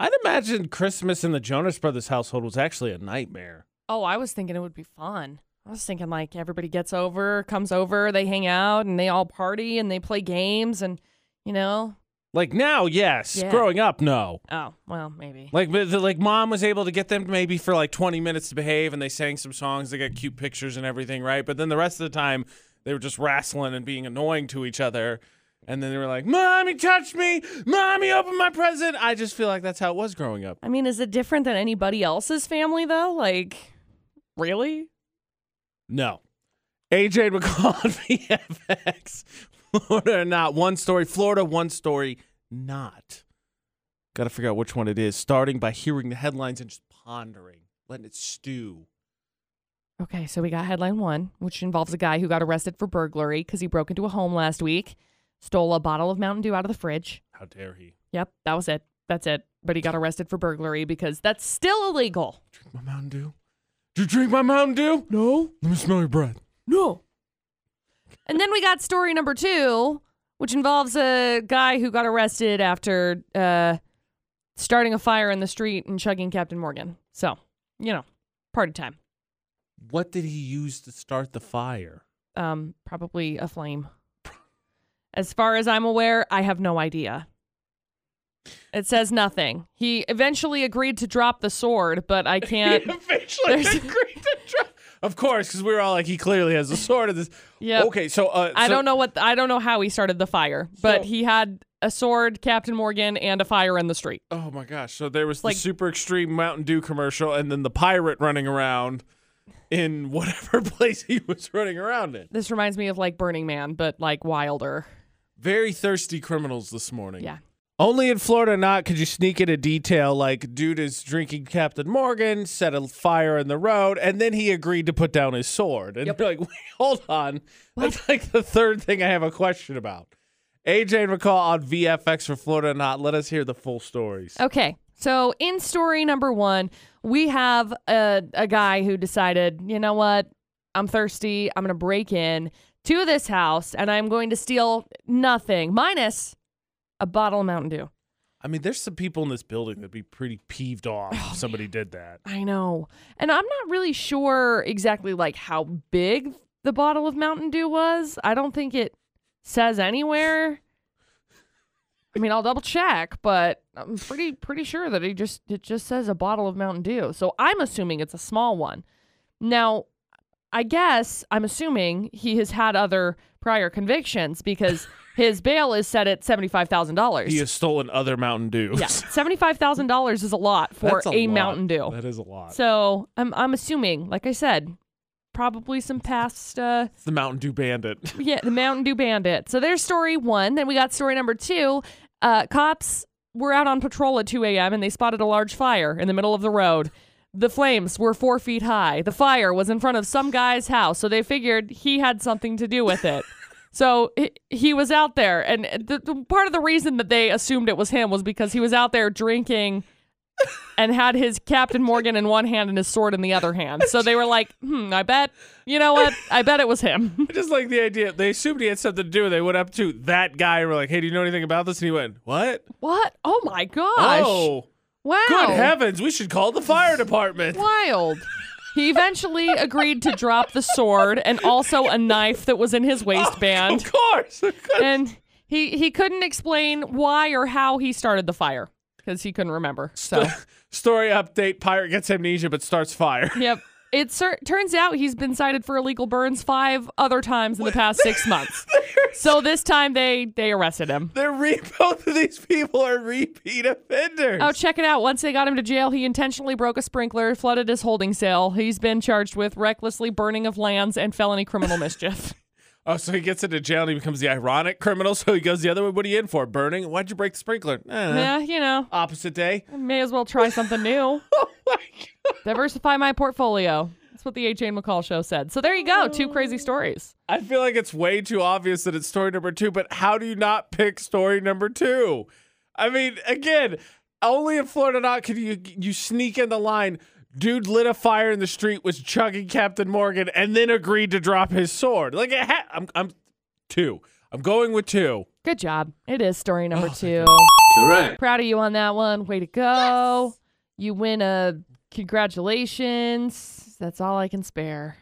I'd imagine Christmas in the Jonas Brothers household was actually a nightmare. Oh, I was thinking it would be fun. I was thinking like everybody gets over, comes over, they hang out, and they all party and they play games and you know. Like now, yes. Yeah. Growing up, no. Oh, well, maybe. Like, but the, like mom was able to get them maybe for like 20 minutes to behave, and they sang some songs. They got cute pictures and everything, right? But then the rest of the time, they were just wrestling and being annoying to each other. And then they were like, "Mommy touched me! Mommy opened my present!" I just feel like that's how it was growing up. I mean, is it different than anybody else's family though? Like, really? No. AJ McCall on VFX. Florida or not. One story. Florida, one story. Not. Got to figure out which one it is. Starting by hearing the headlines and just pondering, letting it stew. Okay, so we got headline one, which involves a guy who got arrested for burglary because he broke into a home last week, stole a bottle of Mountain Dew out of the fridge. How dare he? Yep, that was it. That's it. But he got arrested for burglary because that's still illegal. Drink my Mountain Dew. Do you drink my Mountain Dew? No, Let me smell your breath. no. And then we got story number two, which involves a guy who got arrested after uh, starting a fire in the street and chugging Captain Morgan. So, you know, party time. What did he use to start the fire? Um, probably a flame. As far as I'm aware, I have no idea. It says nothing. He eventually agreed to drop the sword, but I can't. Eventually There's- agreed to try- Of course, because we were all like, he clearly has a sword of this. Yep. Okay, so uh, I so- don't know what I don't know how he started the fire, but So- he had a sword, Captain Morgan, and a fire in the street. Oh my gosh! So there was Like- the super extreme Mountain Dew commercial, and then the pirate running around in whatever place he was running around in. This reminds me of like Burning Man, but like wilder. Very thirsty criminals this morning. Yeah. Only in Florida, not could you sneak in a detail like dude is drinking Captain Morgan, set a fire in the road, and then he agreed to put down his sword. And you're like, wait, hold on, that's like the third thing I have a question about. AJ McCall on VFX for Florida, not. Let us hear the full stories. Okay. So in story number one, we have a, a guy who decided, you know what? I'm thirsty. I'm going to break in to this house and I'm going to steal nothing minus a bottle of Mountain Dew. I mean, there's some people in this building that'd be pretty peeved off Oh, if somebody did that. I know. And I'm not really sure exactly like how big the bottle of Mountain Dew was. I don't think it says anywhere. I mean, I'll double check, but I'm pretty pretty sure that it just it just says a bottle of Mountain Dew. So I'm assuming it's a small one. Now, I guess I'm assuming he has had other prior convictions because his bail is set at $75,000. He has stolen other Mountain Dews. yeah. $75,000 is a lot for That's a lot. Mountain Dew. That is a lot. So I'm I'm assuming, like I said, probably some past uh it's the Mountain Dew Bandit. yeah, the Mountain Dew bandit. So there's story one. Then we got story number two. Uh cops were out on patrol at two AM and they spotted a large fire in the middle of the road. The flames were four feet high. The fire was in front of some guy's house, so they figured he had something to do with it. So he, he was out there, and the, the part of the reason that they assumed it was him was because he was out there drinking and had his Captain Morgan in one hand and his sword in the other hand. So they were like, hmm, I bet, you know what? I bet it was him. I just like the idea. They assumed he had something to do. They went up to that guy and were like, hey, do you know anything about this? And he went, what? What? Oh my gosh. Oh, wow. good heavens. We should call the fire department. Wild. He eventually agreed to drop the sword and also a knife that was in his waistband. Of course. of course. And he, he couldn't explain why or how he started the fire because he couldn't remember. So, Story update Pirate gets amnesia but starts fire. yep. It cer- turns out he's been cited for illegal burns five other times in the past six months. So this time they they arrested him. They're re- both of these people are repeat offenders. Oh, check it out. Once they got him to jail, he intentionally broke a sprinkler, flooded his holding cell. He's been charged with recklessly burning of lands and felony criminal mischief. Oh, so he gets into jail and he becomes the ironic criminal. So he goes the other way. What are you in for? Burning? Why'd you break the sprinkler? Eh. yeah, you know, Opposite day. may as well try something new. Oh my God. Diversify my portfolio. That's what the A.J. McCall show said. So there you go. Two crazy stories. I feel like it's way too obvious that it's story number two, but how do you not pick story number two? I mean, again, only in Florida not can you you sneak in the line. Dude lit a fire in the street, was chugging Captain Morgan, and then agreed to drop his sword. Like, it ha- I'm, I'm two. I'm going with two. Oh, Good job. It is story number two. Correct. Proud of you on that one. Way to go. You win a congratulations. That's all I can spare.